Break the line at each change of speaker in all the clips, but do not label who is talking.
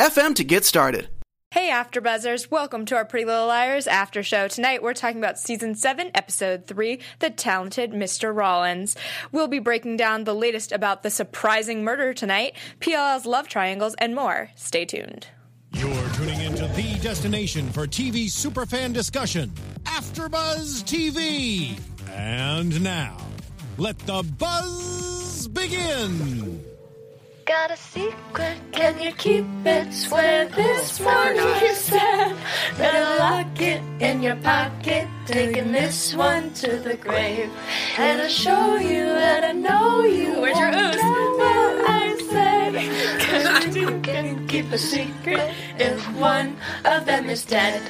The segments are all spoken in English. FM to get started.
Hey, AfterBuzzers! Welcome to our Pretty Little Liars after show. Tonight, we're talking about Season 7, Episode 3, The Talented Mr. Rollins. We'll be breaking down the latest about the surprising murder tonight, PLL's love triangles, and more. Stay tuned.
You're tuning into the destination for TV superfan discussion, AfterBuzz TV. And now, let the buzz begin.
Got a secret, can you keep it? Swear this morning you said. Better lock it in your pocket, taking this one to the grave. And I'll show you that I know you.
Where's your
won't
ooze?
care What I said. 'Cause you can keep a secret if one of them is dead.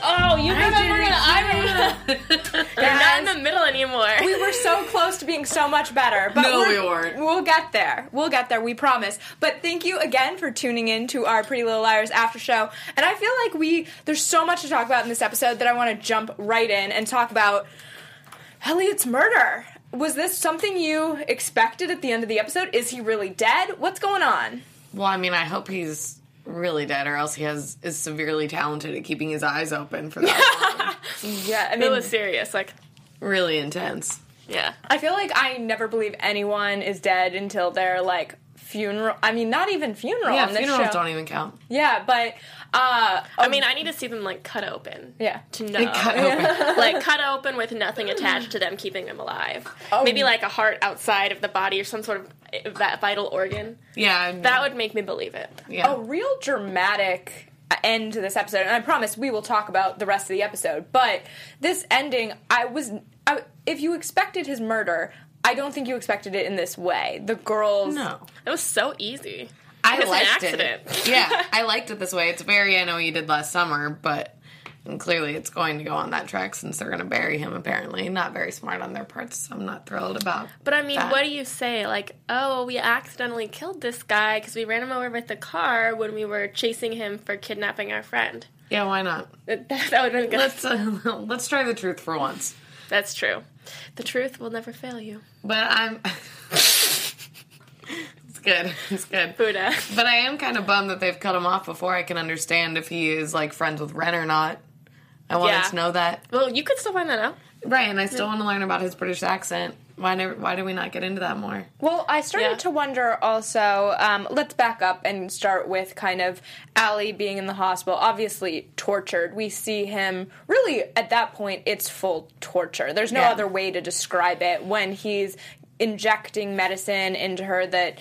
Oh, you remember
didn't
it. I remember. You're not in the middle anymore.
We were so close to being so much better, but
No,
we're-
we weren't.
We'll get there. We'll get there. We promise. But thank you again for tuning in to our Pretty Little Liars after show. And I feel like we there's so much to talk about in this episode that I want to jump right in and talk about Elliot's murder. Was this something you expected at the end of the episode? Is he really dead? What's going on?
well, I mean, I hope he's really dead, or else he has is severely talented at keeping his eyes open for that. long.
Yeah, I mean,
it was serious. Like,
really intense.
yeah.
I feel like I never believe anyone is dead until they're like funeral. I mean, not even funeral.
Yeah,
on this
funerals
show.
don't e- Oh, even count.
Yeah, but uh,
I mean, I need to see them like cut open.
Yeah.
To know,
Um, Cut open.
like cut open with nothing attached to them, keeping them alive.
Oh.
Maybe like a heart outside of the body or some sort of eh, that vital organ.
Yeah, I-
That Oh, would make me believe it.
yeah.
a real dramatic end to this episode, and I promise we will talk about the rest of the episode. But this ending, I was, I, if you expected his murder, I don't think you expected it in this way. The girls,
no.
It was so easy.
I
It was
liked
an accident.
it. yeah, I liked it this way. It's very I know you did last summer, but and clearly it's going to go on that track since they're going to bury him. Apparently, not very smart on their parts. So I'm not thrilled about.
But I mean,
that.
what do you say? Like, oh, we accidentally killed this guy because we ran him over with the car when we were chasing him for kidnapping our friend.
Yeah, why not?
That, that would have been good.
Let's uh, let's try the truth for once.
That's true. The truth will never fail you.
But I'm. it's good. It's good.
Buddha.
But I am kind of bummed that they've cut him off before I can understand if he is like friends with Ren or not. I wanted
Yeah.
to know that.
Well, you could still find that out.
Right, and I still want to learn about his British accent. Why never? Why do we not get into that more?
Well, I started
Yeah.
to wonder also. Um, let's back up and start with kind of Allie being in the hospital, obviously tortured. We see him really at that point, it's full torture. There's no
Yeah.
other way to describe it when he's injecting medicine into her that.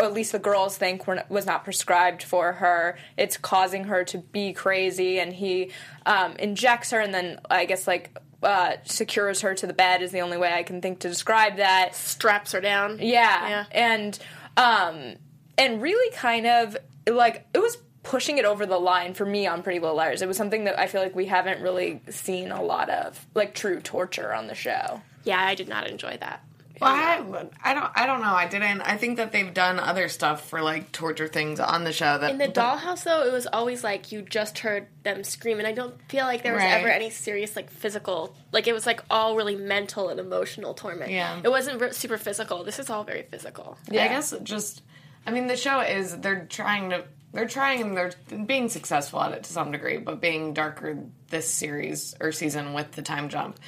At least the girls think were, was not prescribed for her. It's causing her to be crazy, and he um, injects her, and then I guess like uh, secures her to the bed is the only way I can think to describe that.
straps her down.
Yeah. And um and really kind of like it was pushing it over the line for me on Pretty Little Liars. It was something that I feel like we haven't really seen a lot of, like true torture on the show.
Yeah, I did not enjoy that.
Well, I, I don't. I don't know. I didn't. I think that they've done other stuff for like torture things on the show. That
In the dollhouse, though, it was always like you just heard them scream, and I don't feel like there was
Right.
ever any serious, like, physical. Like, it was, like, all really mental and emotional torment.
Yeah.
It wasn't re- super physical. This is all very physical.
I guess it just I mean the show is they're trying to they're trying and they're being successful at it to some degree, but being darker this series or season with the time jump.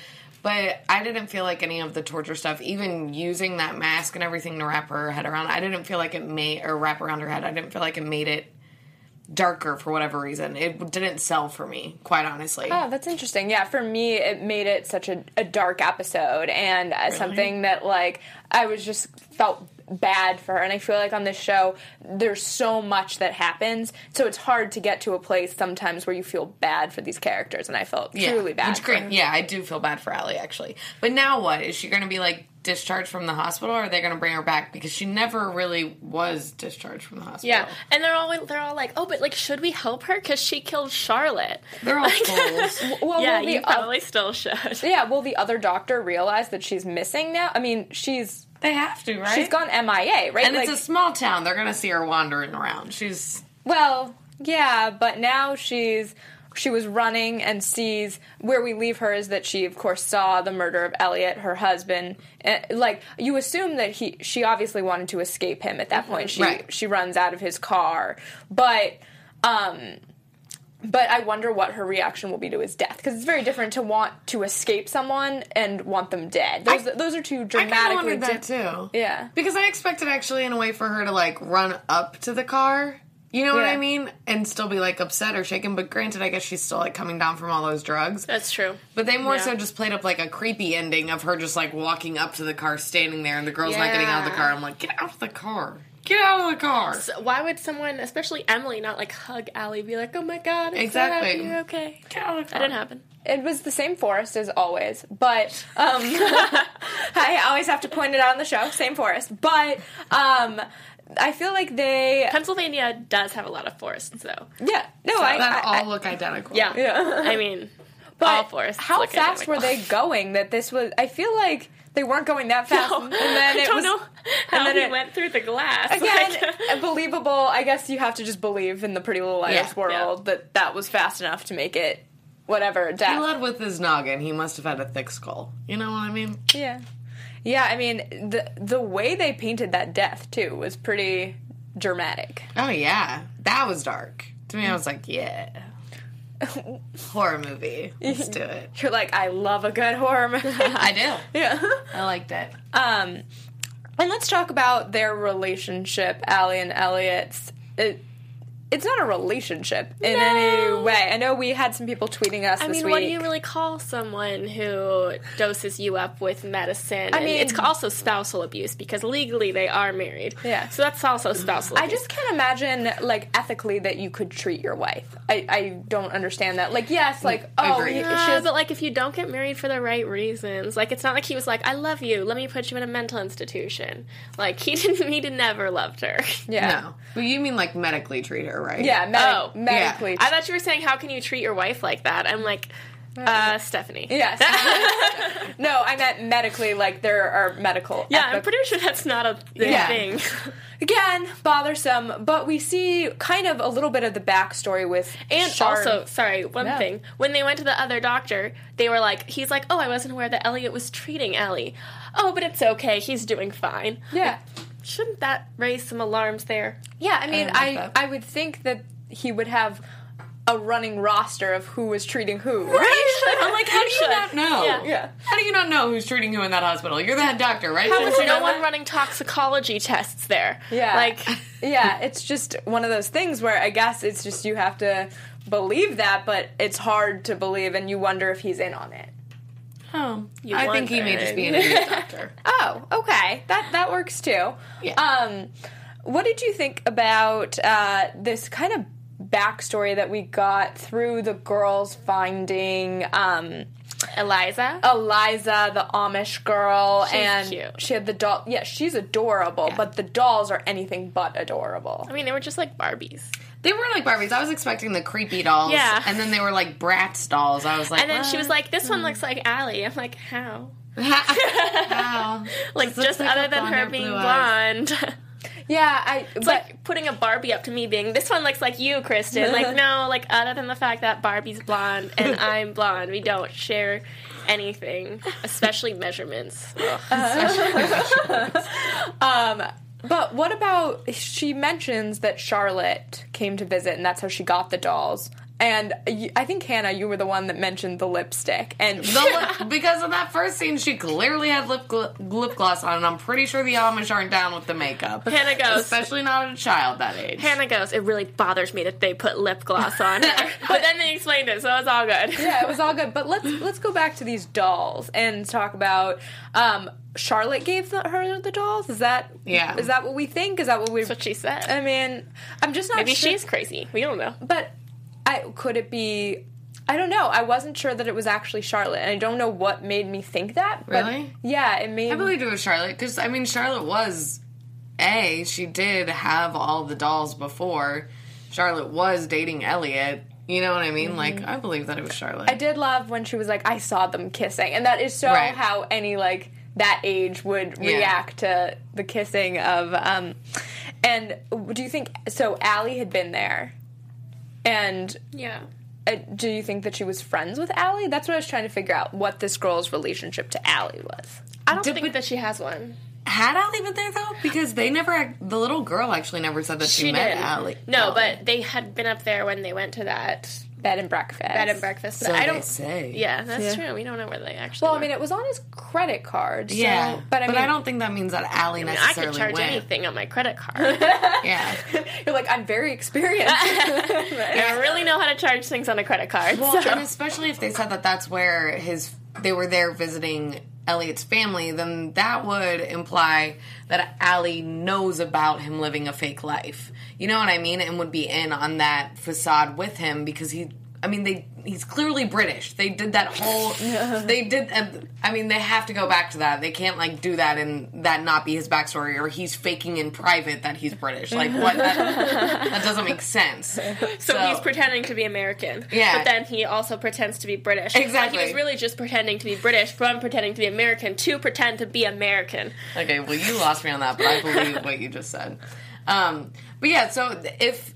But I didn't feel like any of the torture stuff, even using that mask and everything to wrap her head around, I didn't feel like it made or wrap around her head. I didn't feel like it made it darker for whatever reason. It didn't sell for me, quite honestly.
Oh, that's interesting. Yeah, for me, it made it such a, a dark episode and uh, something that, like, I was just felt bad for her. And I feel like on this show, there's so much that happens. So it's hard to get to a place sometimes where you feel bad for these characters. And I felt truly bad.
Which
for
great.
her.
Yeah, I do feel bad for Allie actually. But now what? Is she going to be like discharged from the hospital or are they going to bring her back because she never really was discharged from the hospital.
Yeah, and they're all they're all like, oh, but like, should we help her because she killed Charlotte?
They're all fools.
Well,
yeah,
will the
you
oth-
probably still should.
yeah, will the other doctor realize that she's missing now? I mean, she's
They have to, right?
she's gone MIA, right?
And
Like-
it's a small town. They're going to see her wandering around. She's
Well, yeah, but now she's she was running and sees where we leave her is that she of course saw the murder of Elliot, her husband. Eh, Like you assume that he she obviously wanted to escape him at that point. She
Mm-hmm. Right.
she runs out of his car, but um but I wonder what her reaction will be to his death because it's very different to want to escape someone and want them dead. Those those are two
I kind of
dramatically
wondered that
different.
too.
Yeah.
Because I expected actually in a way for her to like run up to the car. You know what
Yeah.
I mean? And still be like upset or shaken. But granted, I guess she's still like coming down from all those drugs.
That's true.
But they more
Yeah.
so just played up like a creepy ending of her just like walking up to the car, standing there, and the girl's not getting out of the
Yeah.
car. I'm like, get out of the car. Get out of the car.
So why would someone, especially Emily, not like hug Allie, be like, oh my god, it's
Exactly.
Sarah, you're okay?
Get out of the
That
car.
didn't happen.
it was the same forest as always, but um, I always have to point it out on the show. Same forest, but um, I feel like they,
Pennsylvania does have a lot of forests, though.
yeah, no, I,
That
I-
all look identical.
Yeah,
Yeah.
I mean,
but
all forests.
How
look
fast
identical.
were they going? That this was, I feel like they weren't going that fast,
No,
and then
I
it
don't
was.
know how
then
he
it-
went through the glass.
Again,
Like-
believable. I guess you have to just believe in the Pretty Little Liars
Yeah,
world that that was fast enough to make it whatever death.
He led with his noggin. He must have had a thick skull. You know what I mean?
Yeah. Yeah, I mean the the way they painted that death too was pretty dramatic.
Oh yeah, that was dark. To me, I was like, yeah, horror movie. Let's do it.
You're like, I love a good horror movie.
I do.
yeah.
I liked it.
Um and let's talk about their relationship, Allie and Elliot's. It, it's not a relationship in any
No.
way. I know we had some people tweeting us
I
this
mean,
week.
what do you really call someone who doses you up with medicine? and
mean-
it's also spousal abuse because legally they are married.
Yeah.
So that's also spousal
I
abuse.
just can't imagine, like, ethically that you could treat your wife. I, I don't understand that. Like, yes, like, oh,
Agreed.
he-
Yeah,
she's
but like if you don't get married for the right reasons, like it's not like he was like, "I love you, let me put you in a mental institution." Like he didn't, he never loved her.
yeah,
No, but you mean like medically treat her, right?
yeah, medi-
Oh, yeah.
medically.
I thought you were saying, "How can you treat your wife like that?" I'm like, uh, Stephanie.
Yes. no, I meant medically, like there are medical.
Yeah, I'm
ethic-
pretty sure that's not a
Yeah.
thing.
Again, bothersome, but we see kind of a little bit of the backstory with
And
Shard.
also, sorry, one
No.
thing. When they went to the other doctor, they were like, he's like, oh, I wasn't aware that Elliot was treating Ellie. Oh, but it's okay. He's doing fine.
Yeah.
Shouldn't that raise some alarms there?
Yeah, I mean,
like
I
that.
I, would think that he would have a running roster of who was treating who, right?
I'm like,
How do you
should?
not know?
Yeah.
yeah.
How do you not know who's treating who in that hospital? You're the head doctor, right? How
There was no one running toxicology tests there.
Yeah.
Like,
yeah, it's just one of those things where I guess it's just you have to believe that, but it's hard to believe and you wonder if he's in on it.
Oh, I think he may
wondered.
just be an idiot doctor.
Oh, okay. That that works too.
Yeah.
Um, what did you think about uh, this kind of backstory that we got through the girls finding um,
Eliza?
Oh. Eliza, the Amish girl,
She's
and
cute.
she had the doll. Yeah, she's adorable, but the dolls are anything but adorable.
I mean, they were just like Barbies.
They were like Barbies. I was expecting the creepy dolls.
Yeah.
And then they were like Bratz dolls. I was like,
And then she was like, this one looks like Allie. I'm like, how?
wow.
Like,
looks
just
like a
other than
blonde
her
hair,
being
blue eyes.
blonde.
Yeah, I.
It's
but
like putting a Barbie up to me being this one looks like you, Kristen. like no, like other than the fact that Barbie's blonde and I'm blonde, we don't share anything, especially measurements.
But what about she mentions that Charlotte came to visit and that's how she got the dolls. And you, I think Hannah, you were the one that mentioned the lipstick, and
The lip, because of that first scene, she clearly had lip gl- lip gloss on, and I'm pretty sure the Amish aren't down with the makeup.
Hannah goes.
especially not a child that age.
Hannah goes, it really bothers me that they put lip gloss on her. but then they explained it, so it's all good.
yeah, it was all good. But let's let's go back to these dolls and talk about um, Charlotte gave the, her the dolls. Is that
Yeah.
Is that what we think? Is that what we?
That's what she said.
I mean, I'm just not.
Maybe
sure.
she's crazy. We don't know.
But I could it be? I don't know. I wasn't sure that it was actually Charlotte, and I don't know what made me think that. But
Really?
Yeah, it made.
I believe it was Charlotte because I mean Charlotte was a she did have all the dolls before. Charlotte was dating Elliot. You know what I mean?
Mm-hmm.
Like I believe that it was Charlotte.
I did love when she was like, "I saw them kissing," and that is so
Right.
how any like that age would
Yeah.
react to the kissing of. um And do you think so? Allie had been there, and
Yeah.
uh, do you think that she was friends with Allie? That's what I was trying to figure out what this girl's relationship to Allie was.
I don't think that she has one.
Had Allie been there though? Because they never. ac- The little girl actually never said that she,
She
met
did.
Allie.
No,
Allie.
but they had been up there when they went to that
Bed and breakfast.
bed and breakfast. But
So
I
they
don't
say.
Yeah, that's true. We don't know where they actually.
Well, I
were.
mean, it was on his credit card. So,
Yeah,
but I mean,
don't think that means that Allie
I, mean, I could
necessarily
charge
went.
anything on my credit card.
Yeah,
You're like, I'm very experienced.
I really know how to charge things on a credit card.
well,
so-
and especially if they said that that's where his they were there visiting Elliot's family, then that would imply that Allie knows about him living a fake life. You know what I mean? And would be in on that facade with him because he. I mean, they. He's clearly British. They did that whole. they did. um, I mean, they have to go back to that. They can't like do that and that not be his backstory, or he's faking in private that he's British. Like what? That, that doesn't make sense.
So, he's pretending to be American.
Yeah.
But then he also pretends to be British. Like,
Exactly.
he was really just pretending to be British from pretending to be American to pretend to be American.
Okay, well, you lost me on that, but I believe what you just said. Um, but yeah, so if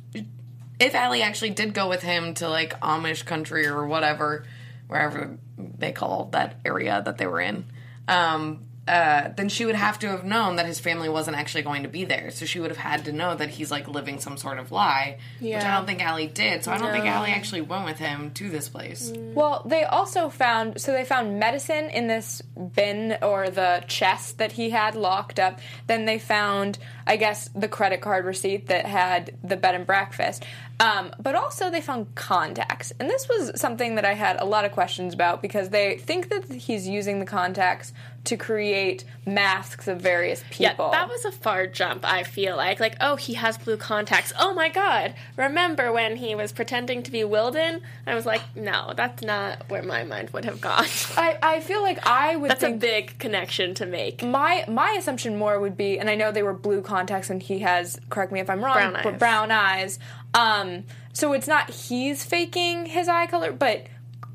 if Allie actually did go with him to like Amish country or whatever, wherever they call that area that they were in, um, uh, then she would have to have known that his family wasn't actually going to be there. So she would have had to know that he's like living some sort of lie, which I
Yeah.
don't think Allie did. So I don't think Allie actually went with him to this place.
well, they also found so they found medicine in this bin or the chest that he had locked up. Then they found, I guess, the credit card receipt that had the bed and breakfast. Um, but also they found contacts, and this was something that I had a lot of questions about because they think that he's using the contacts to create masks of various people.
Yeah, that was a far jump, I feel like. Like, oh, he has blue contacts. Oh my god. Remember when he was pretending to be Wilden? I was like, no, that's not where my mind would have gone.
I, I feel like I would
that's a
think
big connection to make.
my my assumption more would be, and I know they were blue contacts, and he has correct me if I'm wrong,
Brown
but
eyes.
brown eyes. Um, so it's not he's faking his eye color, but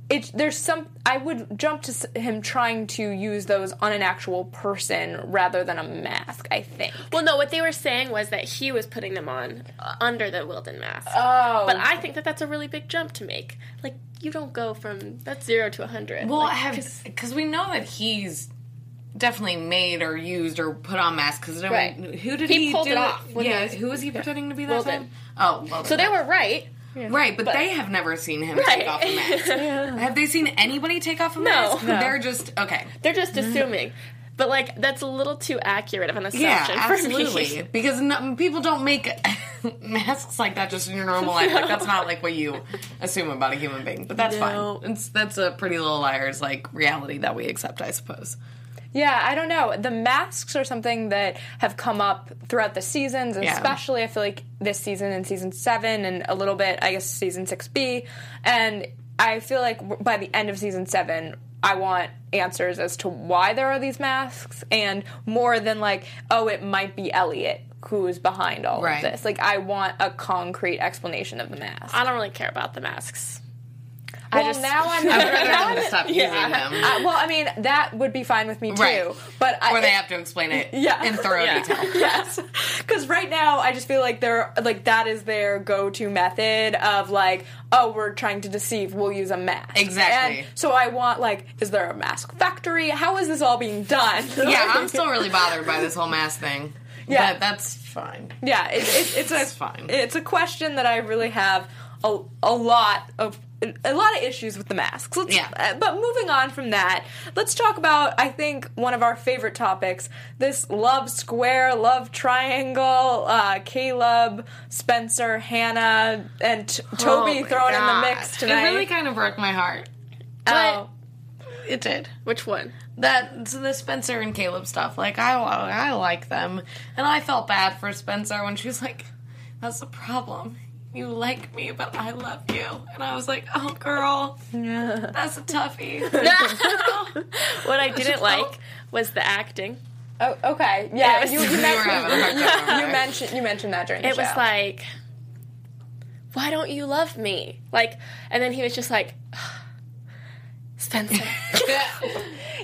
it's there's some. I would jump to s- him trying to use those on an actual person rather than a mask. I think.
Well, no, what they were saying was that he was putting them on uh, under the Wilden mask. Oh. But I think that that's a really big jump to make. Like, you don't go from that's zero to a 100.
Well,
Like,
have because we know that he's definitely made or used or put on masks. Because
Right.
who did he,
He pulled
do
it off when he
yeah,
was-
who was he pretending to be that
Wilden.
time? Oh, well,
so they were right.
right, but, they have never seen him take
Right.
off a mask. Have they seen anybody take off a mask? They're just okay.
They're just assuming. But, like, that's a little too accurate of an assumption
Yeah,
for
absolutely.
me.
Because no, people don't make masks like that just in your normal life. Like that's not like what you assume about a human being. But that's
No.
fine. It's that's a Pretty Little Liars like reality that we accept, I suppose.
Yeah, I don't know. The masks are something that have come up throughout the seasons, and
Yeah.
especially I feel like this season and season seven, and a little bit, I guess, season 6B. And I feel like w- by the end of season seven, I want answers as to why there are these masks, and more than like, oh, it might be Elliot who is behind all
Right.
of this. Like, I want a concrete explanation of the mask.
I don't really care about the masks.
well,
just-
now I'm.
I would rather
now
them
I'm-
stop using them.
I- well, I mean, that would be fine with me too.
Right.
But I,
Or they have to explain it
Yeah.
in thorough
Yeah.
detail.
yes because right now i just feel like they're like that is their go-to method of like oh we're trying to deceive we'll use a mask
Exactly.
And so i want like is there a mask factory how is this all being done
Yeah, I'm still really bothered by this whole mask thing.
Yeah.
But that's fine.
yeah it, it, it's a
It's fine.
it's a question that i really have a, a lot of a lot of issues with the masks. Let's,
Yeah.
uh, but moving on from that, let's talk about I think one of our favorite topics: this love square, love triangle. Uh, Caleb, Spencer, Hannah, and t- Toby
Oh my
thrown in
God.
the mix tonight.
It really kind of broke my heart.
Oh,
It did.
which one?
that so the Spencer and Caleb stuff. Like I, I like them, and I felt bad for Spencer when she was like, "That's the problem. You like me, but I love you." And I was like, "Oh, girl, that's a toughie."
What I didn't like was the acting.
Oh, okay. Yeah,
was-
you, you,
we were
mentioned,
having a hard time.
you mentioned you mentioned that during the
It was
show.
like, why don't you love me? Like, and then he was just like, Spencer.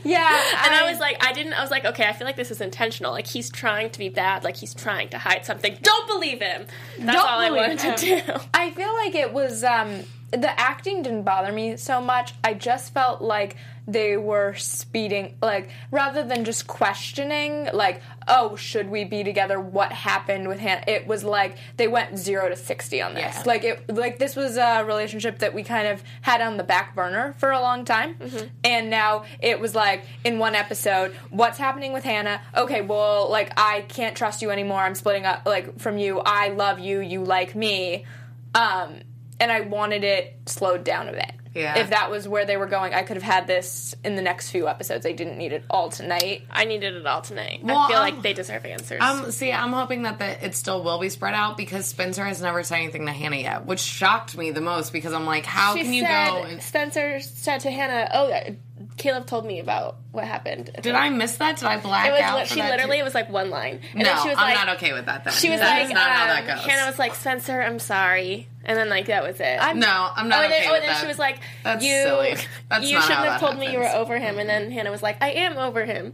yeah,
And I was like, I didn't, I was like, okay, I feel like this is intentional. Like, he's trying to be bad. Like, he's trying to hide something. Don't believe him. That's
Don't
all I
believe
wanted to do.
I feel like it was um, the acting didn't bother me so much. I just felt like they were speeding, like rather than just questioning, like, oh, should we be together? What happened with Hannah? It was like they went zero to sixty on this.
Yeah.
Like it, like this was a relationship that we kind of had on the back burner for a long time,
Mm-hmm.
and now it was like in one episode, what's happening with Hannah? Okay, well, like I can't trust you anymore. I'm splitting up, like from you. I love you. You like me um, and I wanted it slowed down a bit.
Yeah.
If that was where they were going, I could have had this in the next few episodes. I didn't need it all tonight.
I needed it all tonight.
Well,
I feel
um,
like they deserve answers.
Um, see, I'm hoping that the, it still will be spread out because Spencer has never said anything to Hannah yet, which shocked me the most because I'm like, how
she
can you
said,
go? And,
Spencer said to Hannah, oh, uh, Caleb told me about what happened.
did I miss that? Did I black
It was,
out?
li-
for
she
that
literally,
too?
it was like one line. And
No,
then she was
I'm
like,
not okay with that. Then
She was
That
like,
is not how that
um,
goes.
Hannah was like, Spencer, I'm sorry. And then, like, that was it.
No, I'm not
oh, and then,
okay
oh,
with
and then
that.
she was like,
That's
"You,
silly. That's
you
not
shouldn't
how that
have told me you were
happens.
over him." And then Hannah was like, "I am over him."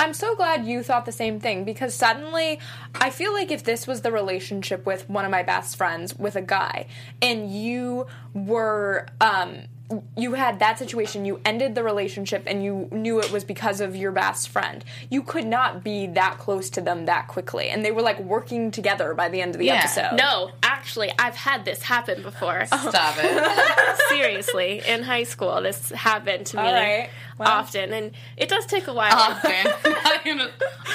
I'm so glad you thought the same thing because suddenly I feel like if this was the relationship with one of my best friends with a guy and you were um you had that situation you ended the relationship and you knew it was because of your best friend you could not be that close to them that quickly and they were like working together by the end of the
Yeah.
episode
No, actually, I've had this happen before.
Stop it.
Seriously, in high school, this happened to me
All right. Well.
often, and it does take a while.
Often. Not even-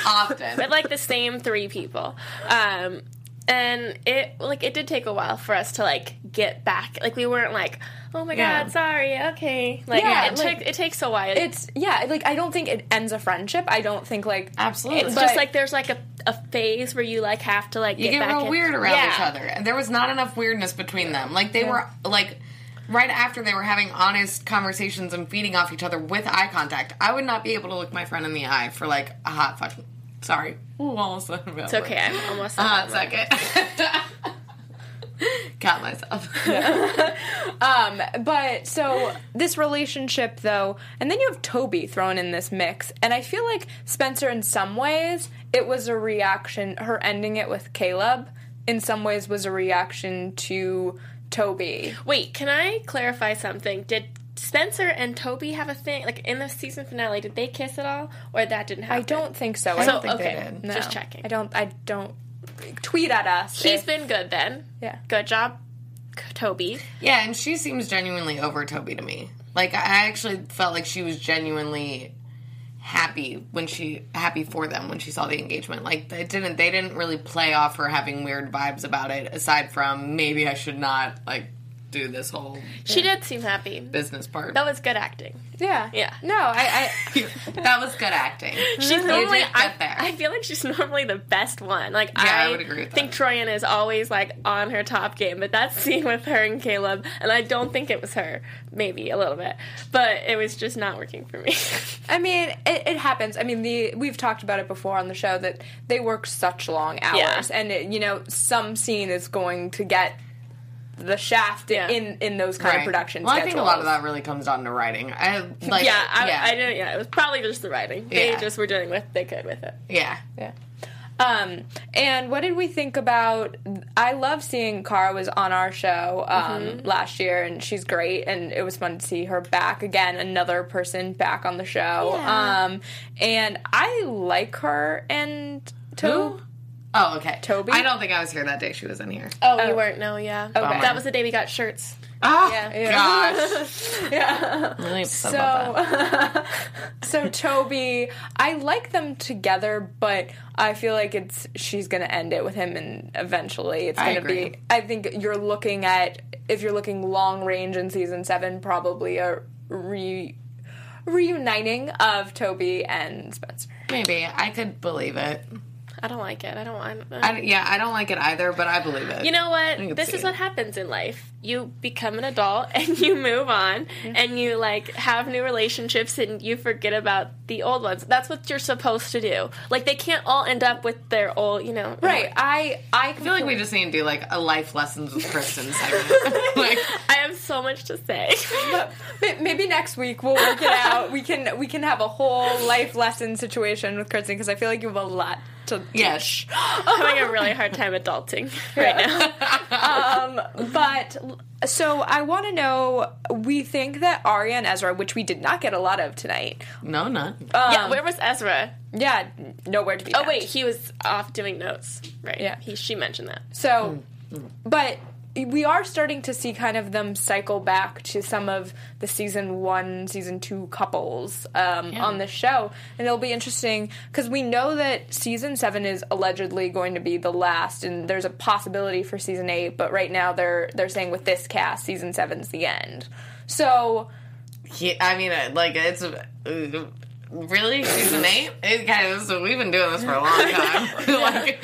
Often.
but like the same three people. Um, and it like it did take a while for us to like get back. Like we weren't like, oh my
Yeah.
god, sorry, okay. Like
Yeah,
it
like-
took it takes a while.
it's yeah like i don't think it ends a friendship i don't think like
Absolutely.
It's
But-
just like there's like a, a phase where you like have to like
you
get,
get
back
real
in-
weird around
Yeah.
each other. And there was not enough weirdness between them. Like they were like right after they were having honest conversations and feeding off each other with eye contact. I would not be able to look my friend in the eye for like a hot fucking sorry. Ooh, almost It's
It's okay, I'm almost
A
Uh-huh.
done.
hot second. Got myself.
Um, but so this relationship though, and then you have Toby thrown in this mix, and I feel like Spencer in some ways it was a reaction her ending it with Caleb in some ways was a reaction to Toby.
Wait, can I clarify something? Did Spencer and Toby have a thing like in the season finale? Did they kiss at all, or that didn't happen?
I don't think so.
So,
I don't think
okay,
they did.
just checking.
I don't I don't tweet at us.
He's
if-
been good then.
Yeah.
Good job, K- Toby.
Yeah, and she seems genuinely over Toby to me. Like I actually felt like she was genuinely happy when she happy for them when she saw the engagement. Like they didn't they didn't really play off her having weird vibes about it aside from maybe I should not like do this whole
She did seem happy.
business part.
That was good acting.
Mm-hmm.
Yeah.
Yeah.
No, I, I
that was good acting.
She's normally
did
I,
get there.
I feel like she's normally the best one. Like
I
I,
would agree with
think
that.
Troyan is always like on her top game, but that scene with her and Caleb, and I don't think it was her, maybe a little bit, but it was just not working for me.
I mean, it, it happens. I mean, the we've talked about it before on the show that they work such long hours,
Yeah.
and it, you know, some scene is going to get the shaft
Yeah.
in in those kind
Right.
of production.
Well, I
schedules.
think a lot of that really comes down to writing. I like
yeah, I,
yeah,
I didn't. Yeah, it was probably just the writing.
Yeah.
They just were doing what they could with it.
yeah.
Yeah. Um, and what did we think about? I love seeing Cara was on our show um,
Mm-hmm.
last year, and she's great, and it was fun to see her back again, another person back on the show.
Yeah.
Um, and I like her and.
Who?
Toby.
Oh, Oh, okay.
Toby?
I don't think I was here that day. She was in here.
Oh, you weren't. No, yeah.
Bummer.
That was the day we got shirts.
Oh
Yeah.
gosh.
Yeah.
I'm really upset about that.
So, so Toby, I like them together, but I feel like it's she's gonna end it with him, and eventually it's
I
gonna
agree.
be. I think you're looking at if you're looking long range in season seven, probably a re reuniting of Toby and Spencer.
Maybe I could believe it.
I don't like it. I don't want.
I, yeah, I don't like it either, but I believe it.
you know
can
what? This
see
is
it.
what happens in life. You become an adult and you move on and you like have new relationships and you forget about the old ones. That's what you're supposed to do. Like they can't all end up with their old, you know.
Right. I I,
I feel like we just need to do like a life lessons with Kristen segment. like,
I have so much to say.
May- Maybe next week we'll work it out. We can we can have a whole life lesson situation with Kristen because I feel like you have a lot to
yes.
I'm having a really hard time adulting right now.
But so I want to know. We think that Arya and Ezra, which we did not get a lot of tonight,
No, not.
yeah, where was Ezra?
yeah, nowhere to be.
Oh
found.
wait, he was off doing notes. Right.
Yeah.
He, she mentioned that.
So, but we are starting to see kind of them cycle back to some of the season one, season two couples um, on the show, and it'll be interesting because we know that season seven is allegedly going to be the last, and there's a possibility for season eight, but right now they're they're saying with this cast, season seven's the end. So.
He, I mean, uh, like it's uh, really season eight. It guys, we've been doing this for a long time. like,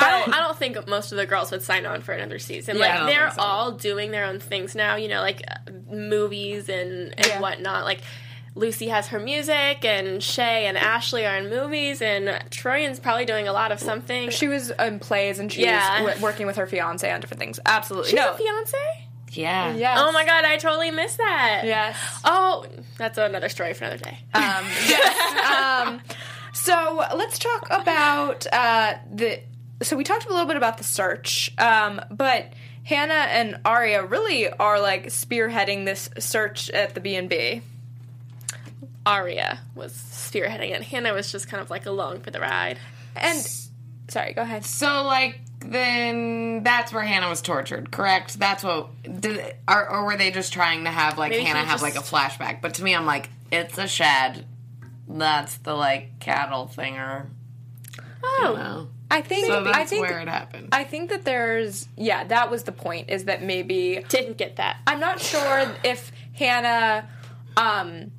I don't, I don't think most of the girls would sign on for another
I
season.
don't
like they're
think so.
all doing their own things now, you know, like uh, movies and, and
Yeah.
whatnot. Like Lucy has her music, and Shay and Ashley are in movies, and Troyan's probably doing a lot of something.
She was in plays and she
Yeah.
was w- working with her fiance on different things. Absolutely.
She's
no.
a fiance.
yeah,
Yes.
Oh my god, I totally missed that.
Yes.
Oh, that's another story for another day.
So let's talk about uh, the. So we talked a little bit about the search, um, but Hannah and Arya really are like spearheading this search at the B and B.
Aria was spearheading it. Hannah was just kind of like along for the ride.
And sorry, go ahead.
So like then that's where Hannah was tortured, correct? That's what did or, or were they just trying to have like
Maybe
Hannah
she
have
just-
like a flashback? But to me I'm like it's a shed. That's the like cattle thinger.
Oh,
No.
I think
So that's
I think
where it happened.
I think that there's yeah that was the point is that maybe
didn't get that.
I'm not sure if Hannah um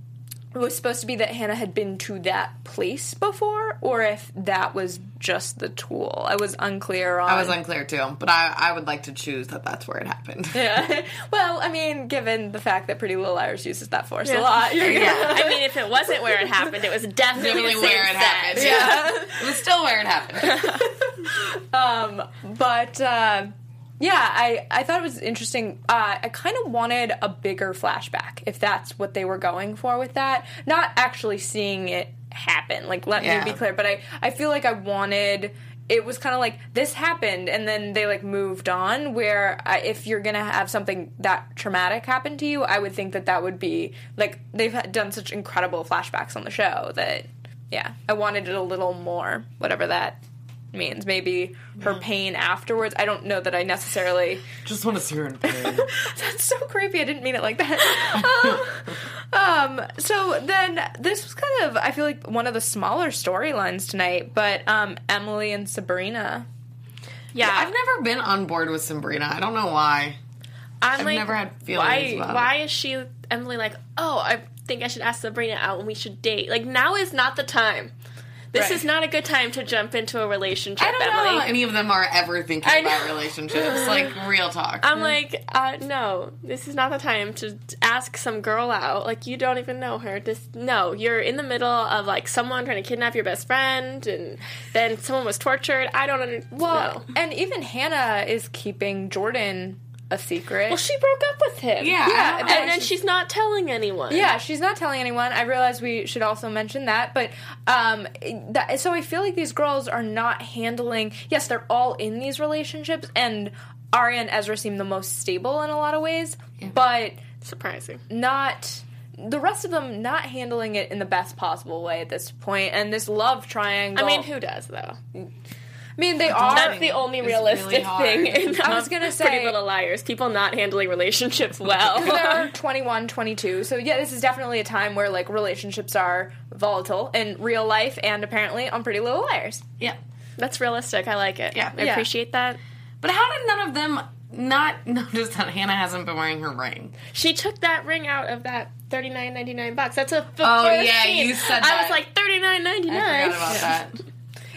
it was supposed to be that Hannah had been to that place before or if that was just the tool. I was unclear on
I was unclear too, but I, I would like to choose that that's where it happened.
Yeah. well, I mean, given the fact that Pretty Little Liars uses that force a
Yeah.
lot, you're gonna-
I mean, if it wasn't where it happened, it was definitely,
Definitely
the
where
same
it happened.
set.
Yeah. it was still where it happened.
But uh, yeah, I I thought it was interesting. Uh, I kind of wanted a bigger flashback, if that's what they were going for with that. Not actually seeing it happen. Like, let
Yeah.
me be clear. But I I feel like I wanted. It was kind of like this happened, and then they like moved on. Where I, if you're gonna have something that traumatic happen to you, I would think that that would be like they've had- done such incredible flashbacks on the show that yeah, I wanted it a little more, whatever that means. Maybe her pain afterwards. I don't know that I necessarily.
Just want to see her in pain.
That's so creepy. I didn't mean it like that. um, um, so then this was kind of, I feel like, one of the smaller storylines tonight, but um, Emily and Sabrina.
Yeah,
I've never been on board with Sabrina. I don't know why.
I'm
I've
like,
never had feelings
Why?
about it.
why is she Emily? Like, oh, I think I should ask Sabrina out and we should date. Like, now is not the time. This
Right.
is not a good time to jump into a relationship,
I don't
Emily.
know any of them are ever thinking
I
about
know.
relationships. Like real talk.
I'm like, uh, no, this is not the time to t- ask some girl out. Like, you don't even know her. Just no, you're in the middle of like someone trying to kidnap your best friend, and then someone was tortured. I don't understand.
Well, and even Hannah is keeping Jordan a secret.
well, she broke up with him.
Yeah, I don't know why
and then she's not telling anyone.
Yeah, she's not telling anyone. I realize we should also mention that, but um, that, so I feel like these girls are not handling. Yes, they're all in these relationships, and Arya and Ezra seem the most stable in a lot of ways, but
surprising.
not the rest of them not handling it in the best possible way at this point. And this love triangle.
I mean, who does though?
I mean, they are.
That's the only
It's
realistic
really hard.
thing. In
I was
um,
gonna
Pretty
say-
Little Liars. People not handling relationships well.
they're 21, 22. So yeah, this is definitely a time where like relationships are volatile in real life and apparently on Pretty Little Liars.
Yeah.
That's realistic. I like it.
Yeah.
I
Yeah.
appreciate that.
But how did none of them not notice that Hannah hasn't been wearing her ring?
She took that ring out of that thirty nine ninety nine box. That's a
Oh,
first
yeah,
scene.
you said
I was
that.
like thirty nine ninety
I
nine.
forgot about that.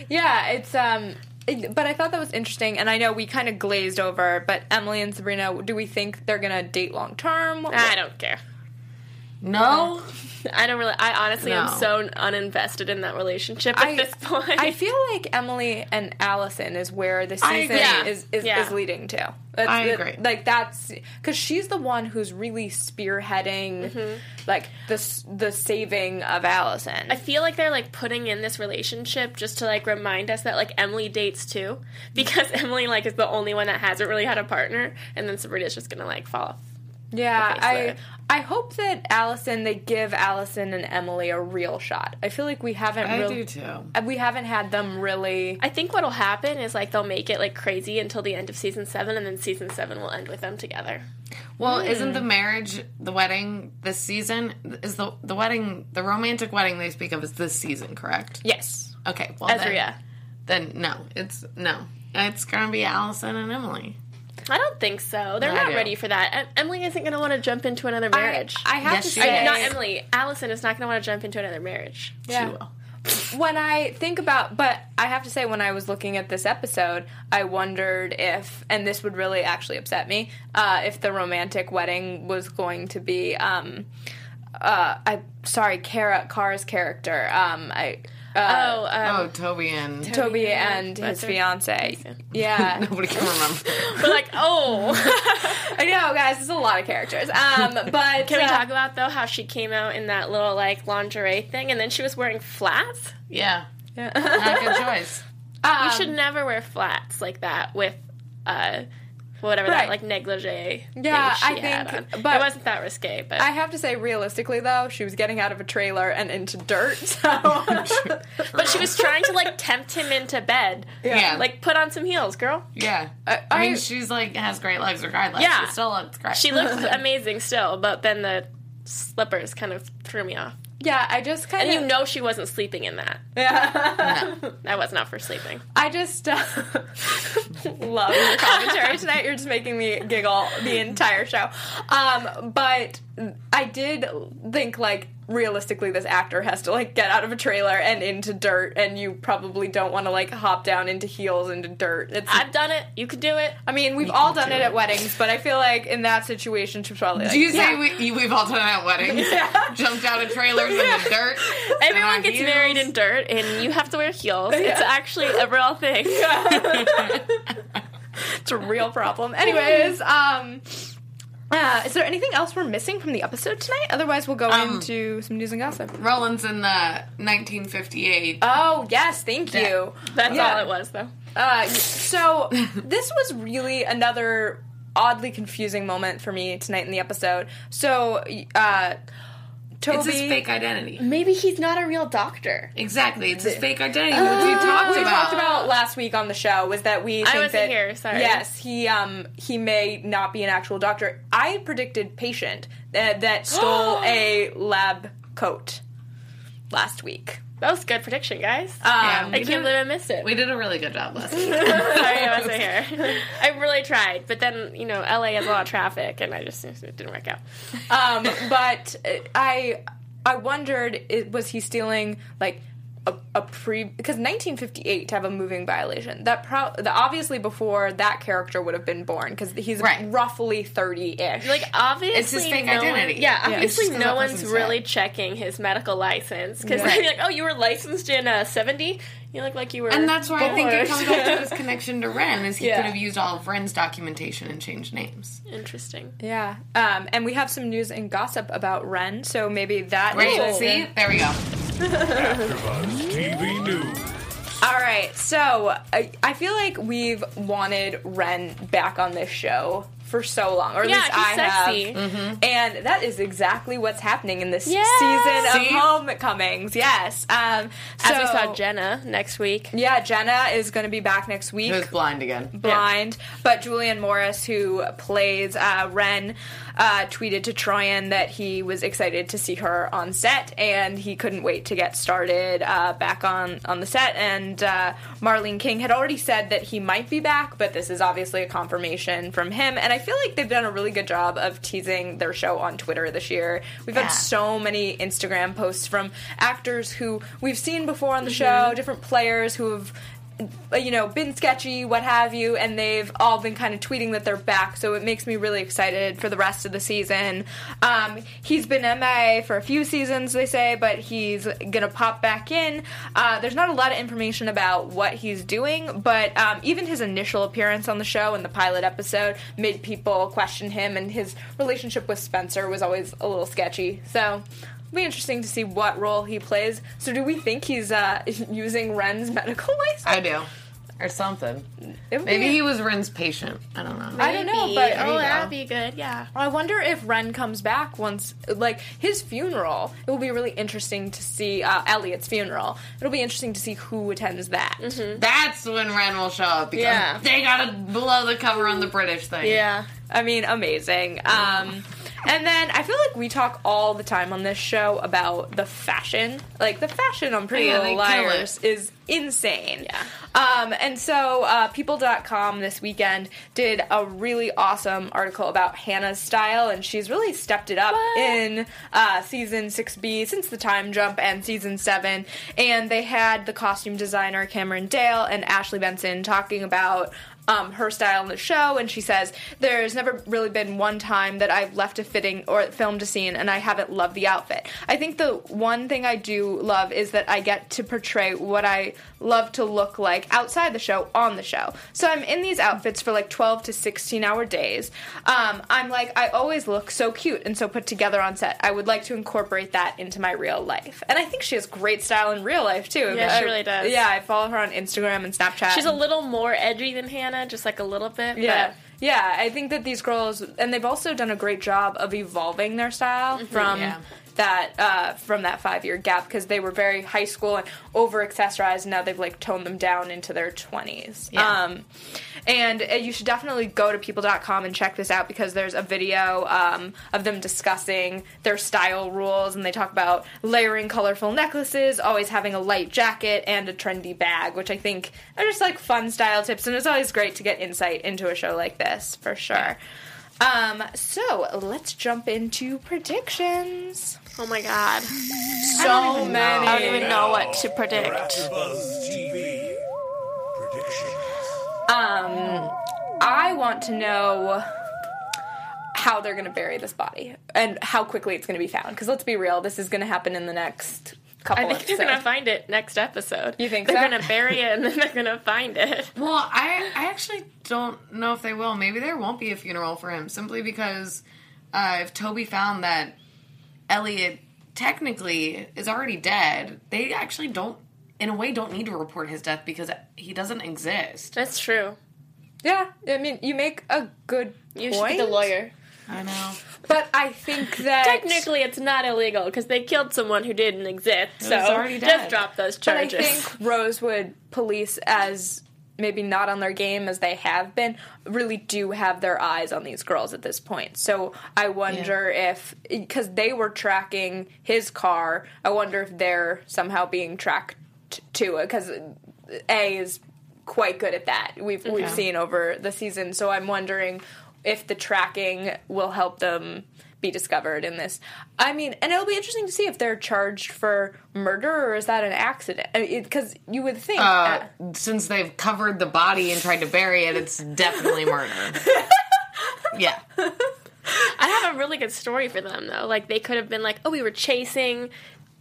Yeah, it's um. it- but I thought that was interesting, and I know we kind of glazed over. But Emily and Sabrina, do we think they're gonna date long term?
I don't care.
No?
I don't really. I honestly am
No.
so uninvested in that relationship at
I-
this point.
I feel like Emily and Allison is where the
I
season
agree.
is is,
Yeah.
is leading to. That's
I
the-
agree.
Like that's because she's the one who's really spearheading, like the s- the saving of Allison.
Mm-hmm. I feel like they're like putting in this relationship just to like remind us that like Emily dates too, because Emily like is the only one that hasn't really had a partner, and then Sabrina's just gonna like fall off.
yeah,
Okay, so-
I I hope that Allison they give Allison and Emily a real shot. I feel like we haven't.
I
real-
do too.
We haven't had them really.
I think what'll happen is like they'll make it like crazy until the end of season seven, and then season seven will end with them together.
Well, isn't the marriage, the wedding this season? Is the the wedding, the romantic wedding they speak of is this season, correct?
Yes.
Okay, well
Ezra, yeah.
Then, then no, it's no. It's going to be Allison and Emily.
I don't think so. They're
I
not
do.
ready for that. Em- Emily isn't going to want to jump into another marriage.
I, I have
Yes,
to
she
say,
is.
not Emily. Allison is not going to want to jump into another marriage.
Yeah.
She will.
when I think about, but I have to say, when I was looking at this episode, I wondered if, and this would really actually upset me, uh, if the romantic wedding was going to be, um, uh, I sorry, Kara Carr's character, um, I, uh,
Oh, um,
Oh, Toby and
Toby and
that's
his
her.
fiance, yeah,
nobody can remember.
we're like, oh.
I know, guys, it's a lot of characters, um, but
Can we
uh,
talk about though how she came out in that little like lingerie thing, and then she was wearing flats?
yeah. Not a good choice.
you should
Um,
never wear flats like that with, uh, whatever
Right.
that like negligee.
Yeah,
thing she
I
had
think-
on.
but-
it wasn't that risque. But
I have to say, realistically, though, she was getting out of a trailer and into dirt, so.
but she was trying to like tempt him into bed.
Yeah.
like put on some heels, girl.
Yeah.
I-
I,
I-
mean, she's like, has great legs regardless.
Uh, Yeah.
She still looks great.
She looked amazing still, but then the slippers kind of threw me off.
Yeah, I just kind
And
of
you know she wasn't sleeping in that.
No.
That was not for sleeping.
I just uh, love your commentary tonight. You're just making me giggle the entire show. Um, but I did think like realistically this actor has to like get out of a trailer and into dirt and you probably don't want to like hop down into heels into dirt. It's
I've done it. You could do it.
I mean, we've all done it at weddings, but I feel like in that situation she's probably like,
Do you say
yeah.
we, we've all done that weddings? Jumped out of trailers in the dirt.
Everyone
on
gets
heels.
married in dirt, and you have to wear heels. It's actually a real thing.
it's a real problem. Anyways, um uh, is there anything else we're missing from the episode tonight? Otherwise, we'll go into some news and gossip.
Roland's in the 1958.
Oh yes, thank
Yeah.
you.
That's
Yeah.
all it was, though.
Uh, so this was really another oddly confusing moment for me tonight in the episode. So uh, Toby,
it's his fake identity.
Maybe he's not a real doctor.
Exactly. It's his fake identity, which we talked
we
about.
talked about last week on the show was that we. think
Uh, wasn't
that-
here, sorry.
Yes, he um he may not be an actual doctor. I predicted patient that that stole a lab coat last week.
That was a good prediction, guys.
Yeah,
I
we,
can't
did,
believe I missed it.
Uh, we did a really good job last week.
Sorry, I wasn't here. I really tried, but then you know, LA has a lot of traffic, and I just it didn't work out.
um, but uh, I I wondered it, was he stealing like a, a pre because 1958 to have a moving violation that pro the, obviously before that character would have been born because he's
Right.
roughly 30 ish
Like obviously,
It's his fake
no one-
identity.
yeah,
Yeah. It's
obviously,
just 'cause
no
that
one's
person's
really
dead.
checking his medical license because
Right.
they're like, "Oh, you were licensed in uh, '70. You look like you were."
And that's why I think it
born."
comes back to his connection to Ren, is he
Yeah.
could have used all of Ren's documentation and changed names.
Interesting.
yeah um, and we have some news and gossip about Ren so maybe that
Right?
is-
See? There we go.
AfterBuzz TV News.
All right, so I, I feel like we've wanted Ren back on this show for so long, or at
Yeah,
least
he's
I
sexy.
have. And that is exactly what's happening in this
Yeah.
season
See?
of Homecomings. Yes. Um,
As we
so-
saw Jenna next week.
Yeah, Jenna is going to be back next week.
Who's blind again?
blind. But Julian Morris, who plays uh, Ren, uh, tweeted to Troyan that he was excited to see her on set and he couldn't wait to get started uh, back on, on the set. And uh, Marlene King had already said that he might be back, but this is obviously a confirmation from him. And I feel like they've done a really good job of teasing their show on Twitter this year. We've had
Yeah.
so many Instagram posts from actors who we've seen before on the show, different players who have uh, you know, been sketchy, what have you, and they've all been kind of tweeting that they're back. So it makes me really excited for the rest of the season. Um, he's been MIA for a few seasons, they say, but he's gonna pop back in. Uh, there's not a lot of information about what he's doing, but um, even his initial appearance on the show in the pilot episode made people question him, and his relationship with Spencer was always a little sketchy. So. It'll be interesting to see what role he plays. So, do we think he's uh, using Ren's medical license?
I do. Or something.
It would
Maybe
be-
he was Ren's patient. I don't know.
I don't know,
Maybe.
but
oh,
you
that'd
go.
be good. Yeah.
I wonder if Ren comes back once, like his funeral. It will be really interesting to see uh, Elliot's funeral. It'll be interesting to see who attends that.
Mm-hmm. That's when Ren will show up because
Yeah.
they gotta blow the cover on the British thing.
Yeah.
I mean, amazing. Um, and then I feel like we talk all the time on this show about the fashion. Like the fashion on Pretty
Yeah,
Little
they kill
Liars is insane.
Yeah.
Um, and so uh, People.com this weekend did a really awesome article about Hannah's style, and she's really stepped it up
What?
in uh, season 6B since the time jump and season 7. And they had the costume designer Cameron Dale and Ashley Benson talking about um, her style in the show, and she says, There's never really been one time that I've left a fitting or filmed a scene and I haven't loved the outfit. I think the one thing I do love is that I get to portray what I love to look like outside the show on the show. So I'm in these outfits for like 12 to 16 hour days. Um, I'm like, I always look so cute and so put together on set. I would like to incorporate that into my real life. And I think she has great style in real life too.
Yeah, she
I-
really does.
Yeah, I follow her on Instagram and Snapchat.
She's a little more edgy than Hannah, just like a little bit.
Yeah.
But
Yeah, I think that these girls and they've also done a great job of evolving their style from
Mm-hmm, yeah.
that uh, from that five year gap because they were very high school and over accessorized. Now they've like toned them down into their twenties.
Yeah.
Um, and uh, you should definitely go to people.com and check this out because there's a video um, of them discussing their style rules and they talk about layering colorful necklaces, always having a light jacket, and a trendy bag, which I think are just like fun style tips. And it's always great to get insight into a show like this for sure. Um, so let's jump into predictions.
oh my god,
So many.
I don't even know what to predict.
AfterBuzz TV predictions.
Um, I want to know how they're going to bury this body and how quickly it's going to be found. Because let's be real, this is going to happen in the next couple.
I think they're
episodes.
gonna find it next episode.
You think
they're
so?
gonna bury it and then they're gonna find it?
Well, I I actually don't know if they will. Maybe there won't be a funeral for him simply because uh, if Toby found that Elliot technically is already dead, they actually don't in a way don't need to report his death because he doesn't exist.
That's true.
Yeah, I mean, you make a good
You should
point.
get the lawyer.
I know.
but I think that
Technically, it's not illegal because they killed someone who didn't exist. So
already
just
dead.
drop those
but I
charges.
think Rosewood police as. Maybe not on their game as they have been, really do have their eyes on these girls at this point. So I wonder if, because they were tracking his car, I wonder if they're somehow being tracked to it, because A is quite good at that. We've we've seen over the season, so I'm wondering if the tracking will help them be discovered in this. I mean, and it'll be interesting to see if they're charged for murder or is that an accident? Because you would think.
Uh, since they've covered the body and tried to bury it, it's definitely murder. yeah.
I have a really good story for them though. Like they could have been like, oh, we were chasing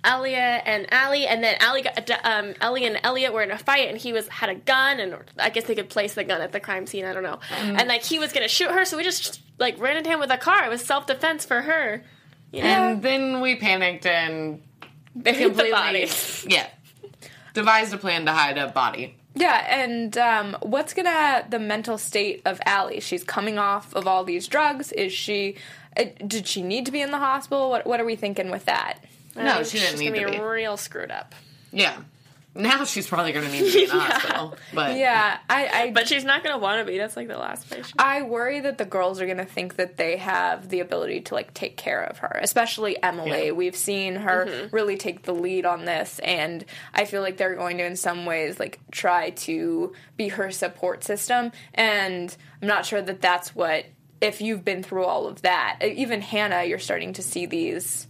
Elia and Ali, and then Ali got um, Ellie and Elliot were in a fight, and he was had a gun, and I guess they could place the gun at the crime scene. I don't know,
Mm.
and like he was gonna shoot her, so we just like ran into him with a car. It was self defense for her. You know?
And then we panicked and
Buried the
completely
body.
yeah devised a plan to hide a body.
Yeah, and um, what's gonna the mental state of Allie? She's coming off of all these drugs. Is she? Uh, did she need to be in the hospital? What What are we thinking with that?
No,
Um,
she didn't
she's
need to
gonna be,
be.
real screwed up.
yeah. Now she's probably going to need to be in the hospital. But
Yeah, I. I
But she's not gonna want to be. That's like the last patient.
I worry that the girls are going to think that they have the ability to like take care of her, especially Emily.
Yeah. Mm-hmm.
We've seen her really take the lead on this and I feel like they're going to in some ways like try to be her support system and I'm not sure that that's what if you've been through all of that. e, Even Hannah, you're starting to see these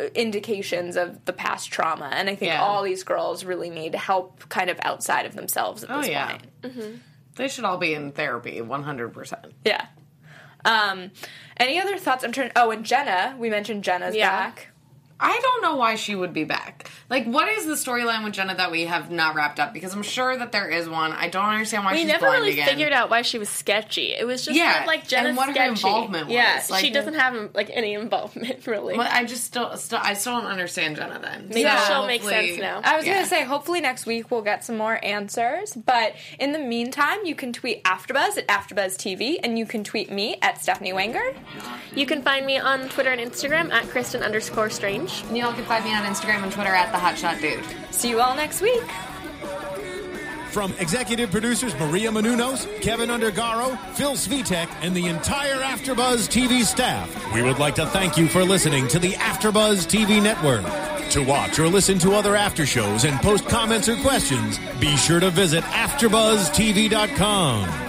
uh, indications of the past trauma and I think
Yeah.
all these girls really need help kind of outside of themselves at
Oh,
this
yeah.
point.
They should all be in therapy 100%.
Yeah. Um, any other thoughts? I'm turning. Oh, and Jenna. We mentioned Jenna's
Yeah.
back.
I don't know why she would be back. Like, what is the storyline with Jenna that we have not wrapped up? Because I'm sure that there is one. I don't understand why
we
she's
never
blind
really
again.
figured out why she was sketchy. It was just
Yeah,
kind of like Jenna's
and what her
sketchy.
involvement was.
Yeah,
Like-
she doesn't have like any involvement really.
But I just still, still, I still don't understand Jenna. Then
Maybe
So
she'll make
hopefully-
sense now.
I was
Yeah.
gonna say, hopefully next week we'll get some more answers. But in the meantime, you can tweet AfterBuzz at AfterBuzz TV, and you can tweet me at Stephanie Wanger.
You can find me on Twitter and Instagram at Kristen underscore Strange.
And y'all can find me on Instagram and Twitter at the Hotshot Dude.
See you all next week.
From executive producers Maria Manunos, Kevin Undergaro, Phil Svitek, and the entire AfterBuzz TV staff, we would like to thank you for listening to the AfterBuzz TV network. To watch or listen to other after shows and post comments or questions, be sure to visit AfterBuzzTV.com.